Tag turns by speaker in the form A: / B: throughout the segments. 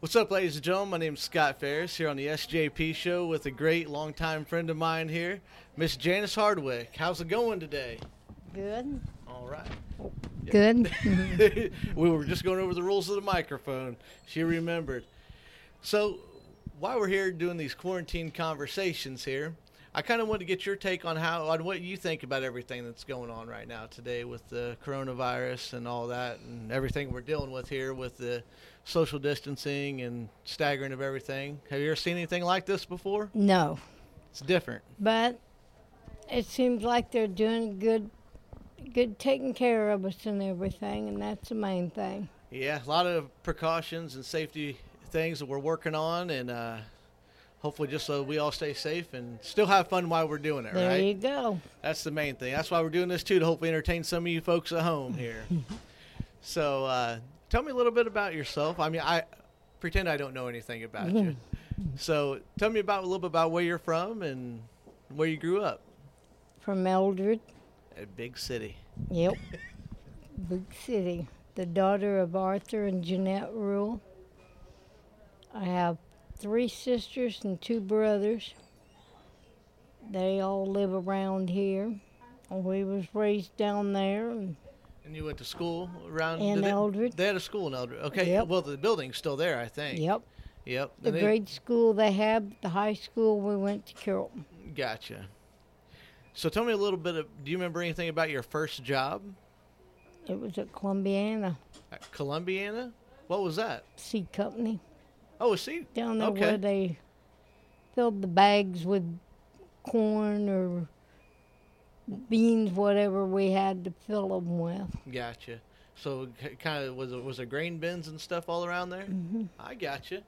A: What's up, ladies and gentlemen? My name's Scott Ferris here on the SJP show with a great longtime friend of mine here, Miss Janice Hardwick. How's it going today?
B: Good.
A: All right.
B: Good.
A: we were just going over the rules of the microphone. She remembered. So, while we're here doing these quarantine conversations here, I kind of want to get your take on how on what you think about everything that's going on right now today with the coronavirus and all that and everything we're dealing with here with the social distancing and staggering of everything. Have you ever seen anything like this before?
B: No,
A: It's different.
B: but it seems like they're doing good, good taking care of us and everything, and that's the main thing.
A: Yeah, a lot of precautions and safety things that we're working on, and uh, hopefully, just so we all stay safe and still have fun while we're doing it.
B: There
A: right?
B: you go.
A: That's the main thing. That's why we're doing this too to hopefully entertain some of you folks at home here. so, uh, tell me a little bit about yourself. I mean, I pretend I don't know anything about you. So, tell me about a little bit about where you're from and where you grew up.
B: From Eldred,
A: A big city.
B: yep, big city. The daughter of Arthur and Jeanette Rule. I have three sisters and two brothers. They all live around here. We was raised down there, and
A: And you went to school around
B: In
A: did they-
B: Eldred.
A: They had a school in Eldred. Okay.
B: Yep.
A: Well, the building's still there, I think.
B: yep.
A: Yep.
B: The
A: And they-
B: grade school they had, the high school we went to Carrollton.
A: Gotcha. So tell me a little bit of. Do you remember anything about your first job
B: It was at Columbiana
A: at Columbiana? What was that?
B: Sea Company
A: Oh, see,
B: down there
A: okay.
B: where they filled the bags with corn or beans, whatever we had to fill them with.
A: Gotcha. So kind of was it was there grain bins and stuff all around there? Mm-hmm. I gotcha.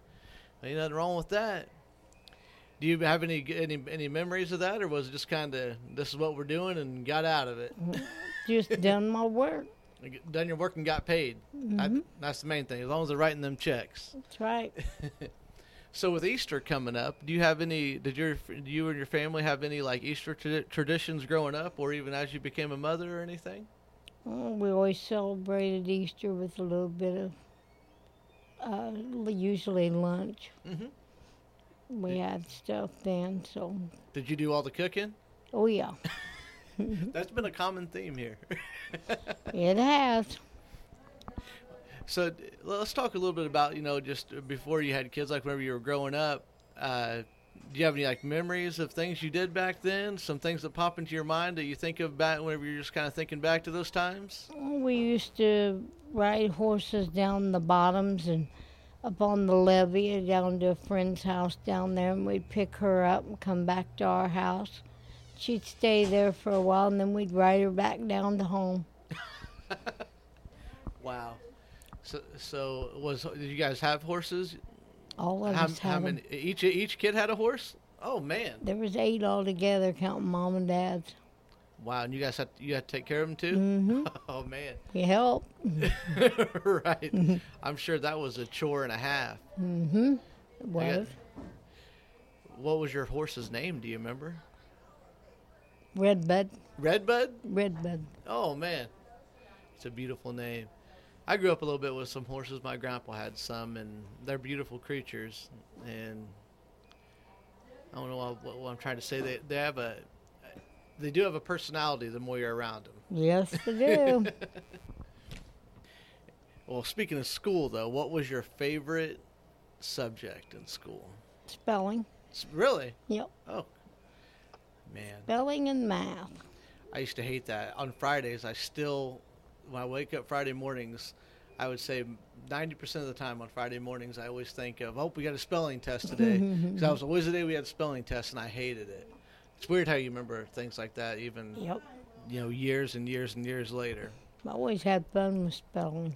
A: Ain't nothing wrong with that. Do you have any any any memories of that, or was it just kind of this is what we're doing and got out of it,
B: Just done my work.
A: done your work and got paid? That- that's the main thing. As long as they're writing them checks.
B: That's right.
A: So with Easter coming up, do you have any? Did your do you and your family have any like Easter tra- traditions growing up, or even as you became a mother or anything?
B: Oh, we always celebrated Easter with a little bit of, uh, l- usually lunch.
A: Mhm.
B: We had stuff then, so,
A: Did you do all the cooking?
B: oh yeah,
A: That's been a common theme here.
B: it has.
A: So d- let's talk a little bit about you know just before you had kids, like whenever you were growing up. Uh, do you have any like memories of things you did back then? Some things that pop into your mind that you think of back whenever you're just kind of thinking back to those times.
B: We used to ride horses down the bottoms and up on the levee and down to a friend's house down there, and we'd pick her up and come back to our house. She'd stay there for a while, and then we'd ride her back down to home.
A: Wow. So so was did you guys have horses?
B: All of
A: How,
B: us had
A: how
B: 'em.
A: many? e, Each each kid had a horse. Oh man!
B: There was eight altogether, counting mom and dad's.
A: Wow, and you guys had you had to take care of them too.
B: Mhm.
A: Oh man!
B: We helped.
A: right. I'm sure that was a chore and a half.
B: Mm-hmm.
A: I got-
B: Was
A: What was your horse's name? Do you remember?
B: Redbud,
A: Redbud.
B: Redbud.
A: Oh man, it's a beautiful name. I grew up a little bit with some horses. My grandpa had some, and they're beautiful creatures. And I don't know what, what, what I'm trying to say. They they have a they do have a personality the more you're around them.
B: Yes, they do.
A: Well, speaking of school though, what was your favorite subject in school?
B: Spelling.
A: S- Really?
B: Yep.
A: Oh, man.
B: Spelling and math.
A: I used to hate that. On Fridays, I still, when I wake up Friday mornings, I would say 90% of the time on Friday mornings, I always think of, oh, we got a spelling test today. Because that was always the day we had a spelling test, and I hated it. It's weird how you remember things like that, even,
B: Yep.
A: you know, years and years and years later.
B: I always had fun with spelling.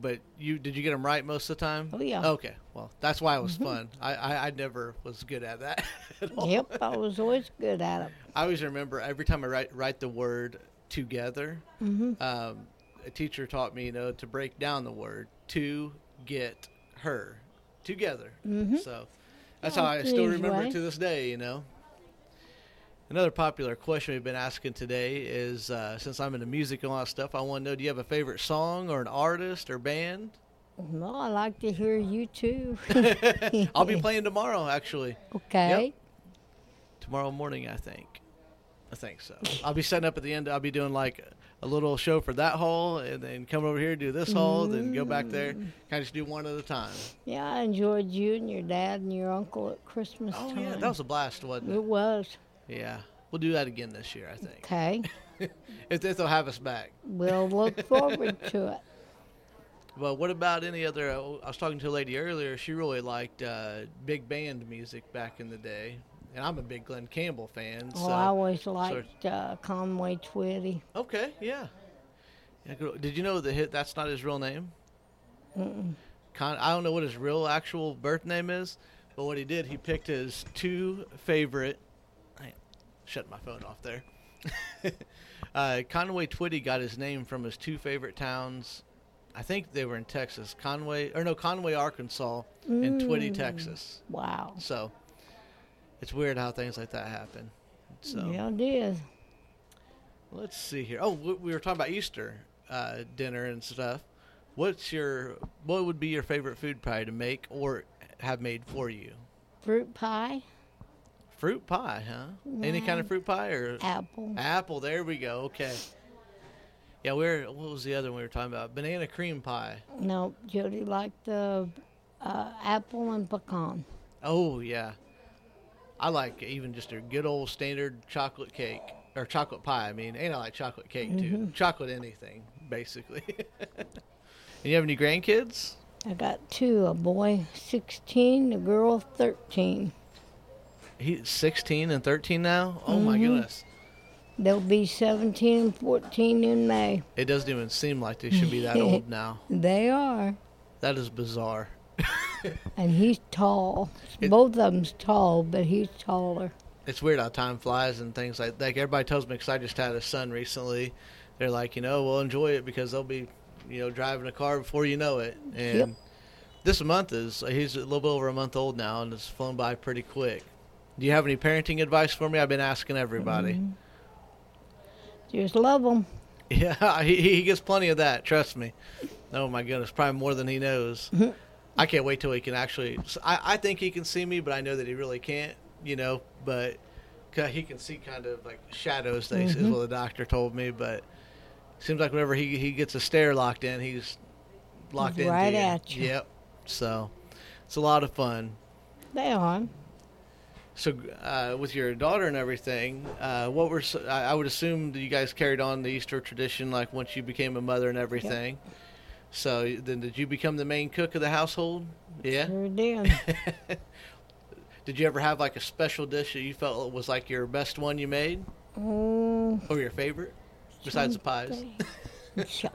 A: But you did you get them right most of the time?
B: Oh, yeah. Mm-hmm.
A: Okay, well that's why it was fun. I, I I never was good at that. at all.
B: Yep, I was always good at it.
A: I always remember every time I write write the word together.
B: Mm-hmm.
A: Um, a teacher taught me, you know, to break down the word to get her
B: Mm-hmm.
A: together. So that's how I
B: That's an
A: still
B: easy
A: remember
B: way.
A: it to this day. You know. Another popular question we've been asking today is uh, since I'm into music and all that stuff, I want to know do you have a favorite song or an artist or band?
B: Well, I like to hear you too.
A: I'll be playing tomorrow, actually.
B: okay.
A: Tomorrow morning, I think. I think so. I'll be setting up at the end. I'll be doing like a little show for that hall and then come over here, do this hall, then go back there. Kind of just do one at a time.
B: Yeah, I enjoyed you and your dad and your uncle at Christmas
A: Oh,
B: time.
A: yeah. That was a blast, wasn't
B: it
A: it?
B: was.
A: Yeah. We'll do that again this year, I think.
B: Okay.
A: If, if they'll have us back.
B: we'll look forward to it.
A: But what about any other? uh, I was talking to a lady earlier. She really liked uh, big band music back in the day, and I'm a big Glenn Campbell fan.
B: Oh,
A: so
B: I always liked uh, Conway Twitty.
A: okay, yeah. Yeah, good- Did you know that hit? That's not his real name. Con- I don't know what his real actual birth name is, but what he did, he picked his two favorite. I shut my phone off there. uh, Conway Twitty got his name from his two favorite towns. I think they were in Texas, Conway or no Conway, Arkansas, and Twitty, Texas.
B: Wow.
A: So it's weird how things like that happen. So
B: Yeah, it is.
A: let's see here. Oh, we we were talking about Easter uh, dinner and stuff. What's your what would be your favorite food pie to make or have made for you?
B: Fruit pie,
A: Fruit pie, huh? Any kind of fruit pie or
B: apple.
A: apple? There we go. Okay. Yeah, we're what was the other one we were talking about? Banana cream pie.
B: No, Jody liked the uh, apple and pecan.
A: Oh yeah, I like even just a good old standard chocolate cake or chocolate pie. I mean, and I like chocolate cake too. Chocolate anything basically. and you have any grandkids?
B: I got two, a boy 16, a girl 13.
A: He's 16 and 13 now. Oh my goodness,
B: They'll be 17 and 14 in May.
A: it doesn't even seem like they should be that old now.
B: They are.
A: That is bizarre.
B: And he's tall. Both of them's tall, but he's taller.
A: it's weird how time flies and things like that. Like everybody tells me, because I just had a son recently, they're like, you know, well, enjoy it because they'll be, you know, driving a car before you know it. And
B: Yep.
A: this month is, he's a little bit over a month old now and it's flown by pretty quick. Do you have any parenting advice for me? I've been asking everybody.
B: Just love them.
A: Yeah, he, he gets plenty of that, trust me. Oh my goodness, probably more than he knows.
B: Mm-hmm.
A: I can't wait till he can actually. I, I think he can see me, but I know that he really can't, you know, but ca- he can see kind of like shadows, they, is
B: Mm-hmm.
A: what the doctor told me, but seems like whenever he, he gets a stare locked in, he's locked in.
B: Right at you.
A: Yep. So it's a lot of fun.
B: They are.
A: So, uh, with your daughter and everything, uh, what were s- I I would assume that you guys carried on the Easter tradition, like once you became a mother and everything. So y- then, did you become the main cook of the household? Yeah.
B: Sure did.
A: Did you ever have like a special dish that you felt was like your best one you made,
B: Mm,
A: or your favorite, besides the pies?
B: okay. So,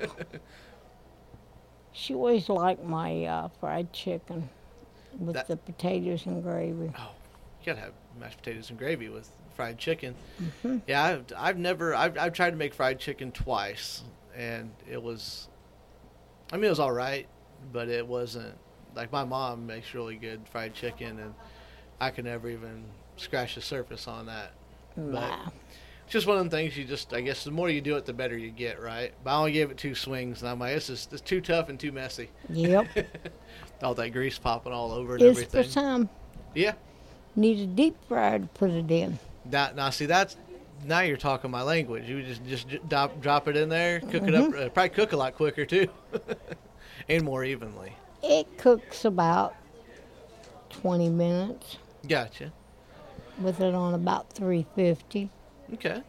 B: she always liked my uh, fried chicken with
A: That-
B: the potatoes and gravy.
A: Oh, you gotta have mashed potatoes and gravy with fried chicken. Yeah, I've, I've never. I've, I've tried to make fried chicken twice, and it was. I mean, it was all right, but it wasn't like my mom makes really good fried chicken, and I could never even scratch the surface on that.
B: Wow.
A: It's just one of the things you just. I guess the more you do it, the better you get, right? But I only gave it two swings, and I'm like, this is it's too tough and too messy.
B: Yep.
A: All that grease popping all over and
B: It's for
A: everything.
B: some.
A: Yeah.
B: Need a deep fryer to put it in.
A: That now see that's now you're talking my language. You just just j- drop drop it in there, cook it up. Uh, probably cook a lot quicker too, and more evenly.
B: It cooks about 20 minutes
A: Gotcha.
B: with it on about 350.
A: Okay.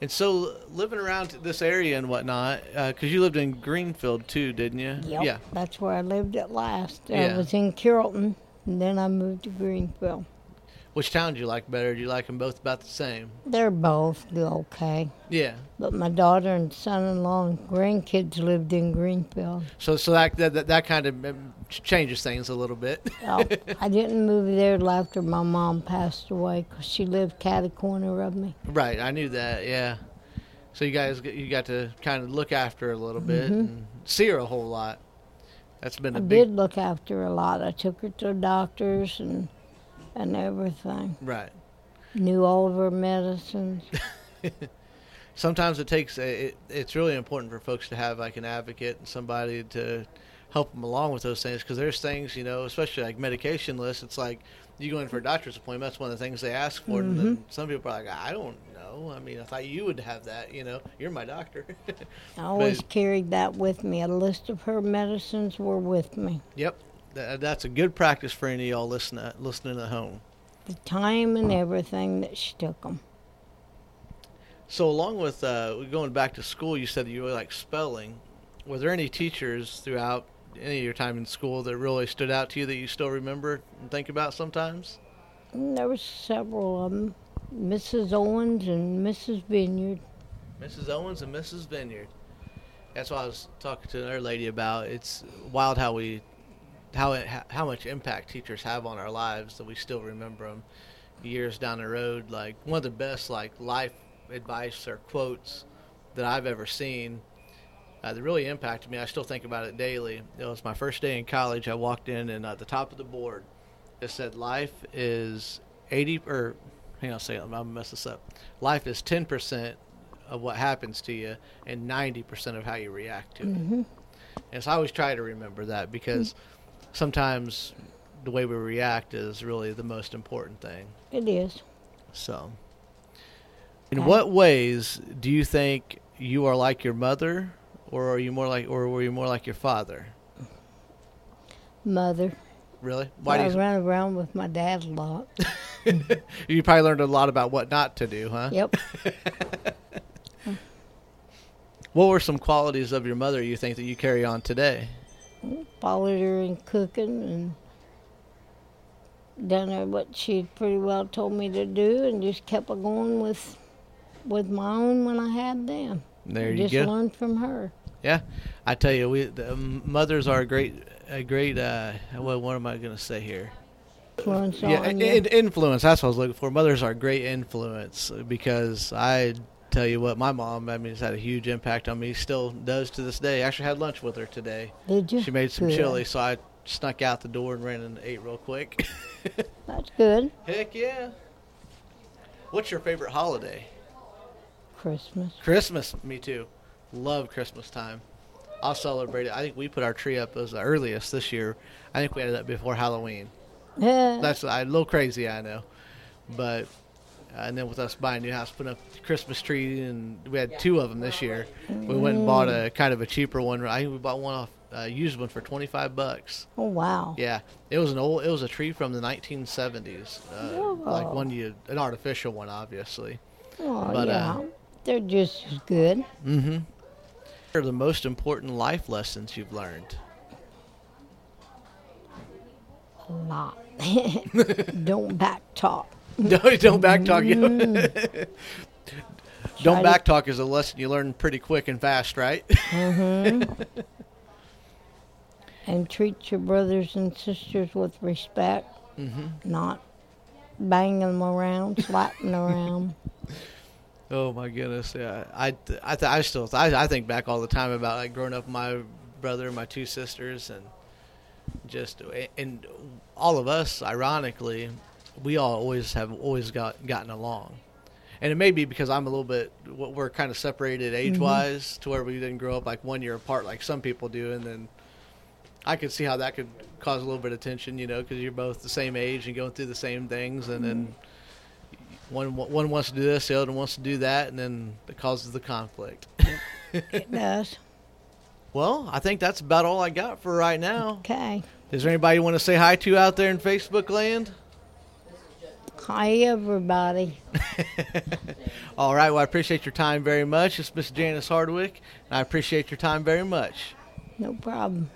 A: And so living around this area and whatnot, because you lived in Greenfield too, didn't you?
B: Yep.
A: Yeah.
B: That's where I lived at last.
A: Yeah.
B: I was in Carrollton, and then I moved to Greenville.
A: Which town do you like better? Do you like them both about the same?
B: They're both do okay.
A: Yeah.
B: But my daughter and son-in-law and grandkids lived in Greenfield.
A: So so that that, that- that kind of um, ch- changes things a little bit.
B: Oh, I didn't move there till after my mom passed away 'cause she lived cat a corner of me.
A: Right, I knew that. Yeah. So you guys, g- you got to kind of look after her a little bit and see her a whole lot. That's been a
B: I
A: big
B: did look after her a lot. I took her to doctors and and everything.
A: right.
B: knew all of her medicines.
A: Sometimes it takes. a- It, it's really important for folks to have like an advocate and somebody to help them along with those things because there's things you know, especially like medication lists. It's like you go in for a doctor's appointment. That's one of the things they ask for, and then some people are like, I don't know. I mean, I thought you would have that. You know, you're my doctor.
B: I always
A: Right.
B: carried that with me. A list of her medicines were with me.
A: yep, Tha- that's a good practice for any of y'all listening listening at home.
B: The time and everything that she took them.
A: So, along with uh, going back to school, you said that you were like spelling. Were there any teachers throughout any of your time in school that really stood out to you that you still remember and think about sometimes?
B: And there were several of them. Mrs. Owens and Mrs. Vineyard.
A: Mrs. Owens and Mrs. Vineyard. That's what I was talking to another lady about. It's wild how we, how it, how much impact teachers have on our lives that we still remember them years down the road. Like one of the best like life advice or quotes that I've ever seen uh, that really impacted me. I still think about it daily. It was my first day in college. I walked in and at the top of the board, it said, "Life is eighty or hang on a second, I'm gonna mess this up. Life is ten percent of what happens to you and ninety percent of how you react to
B: Mm. Mm-hmm.
A: it." And so I always try to remember that because sometimes the way we react is really the most important thing.
B: It is.
A: So, in what ways do you think you are like your mother, or are you more like, or were you more like your father?
B: Mother.
A: Really? Why
B: I
A: do
B: ran around with my dad a lot.
A: you? You probably learned a lot about what not to do, huh?
B: Yep.
A: What were some qualities of your mother you think that you carry on today?
B: Followed her in cooking and done her what she pretty well told me to do and just kept a going with with my own when I had them.
A: There you
B: just
A: go.
B: learned from her.
A: Yeah, I tell you, we the um, mothers are a great, a great. Uh, well, what am I going to say here?
B: Influence
A: yeah,
B: on
A: in-
B: you.
A: in- influence. That's what I was looking for. Mothers are a great influence uh, because I tell you what, my mom. I mean, it's had a huge impact on me. Still does to this day. I actually had lunch with her today.
B: Did you?
A: She made some
B: Good.
A: chili, so I snuck out the door and ran and ate real quick.
B: That's good.
A: Heck yeah! What's your favorite holiday?
B: Christmas.
A: Christmas. Me too. Love Christmas time. I'll celebrate it. I think we put our tree up as the earliest this year. I think we had it up before Halloween.
B: Yeah.
A: That's a little crazy, I know, but uh, and then with us buying a new house, putting up the Christmas tree, and we had two of them this year. We went and bought a kind of a cheaper one. I think we bought one off uh, used one for twenty five bucks.
B: oh wow.
A: Yeah, it was an old, it was a tree from the nineteen seventies, uh, like
B: Whoa.
A: one you an artificial one, obviously.
B: Oh
A: But, uh,
B: yeah. They're just as good.
A: What are the most important life lessons you've learned?
B: A lot. Don't back talk.
A: No, don't backtalk you.
B: Try
A: don't
B: to-
A: backtalk is a lesson you learn pretty quick and fast, right?
B: and treat your brothers and sisters with respect,
A: Mm-hmm.
B: not banging them around, slapping around.
A: Oh my goodness! Yeah, I th- I, th- I still th- I, I think back all the time about like growing up, my brother, my two sisters, and just and all of us. Ironically, we all always have always got gotten along, and it may be because I'm a little bit what we're kind of separated age wise to where we didn't grow up like one year apart like some people do, and then I could see how that could cause a little bit of tension, you know, because you're both the same age and going through the same things, and then one one wants to do this, the other wants to do that, and then it causes the conflict.
B: It does.
A: well, I think that's about all I got for right now.
B: Okay.
A: Is there anybody you want to say hi to out there in Facebook land?
B: Hi, everybody.
A: All right. Well, I appreciate your time very much. It's Miss Janice Hardwick, and I appreciate your time very much.
B: No problem.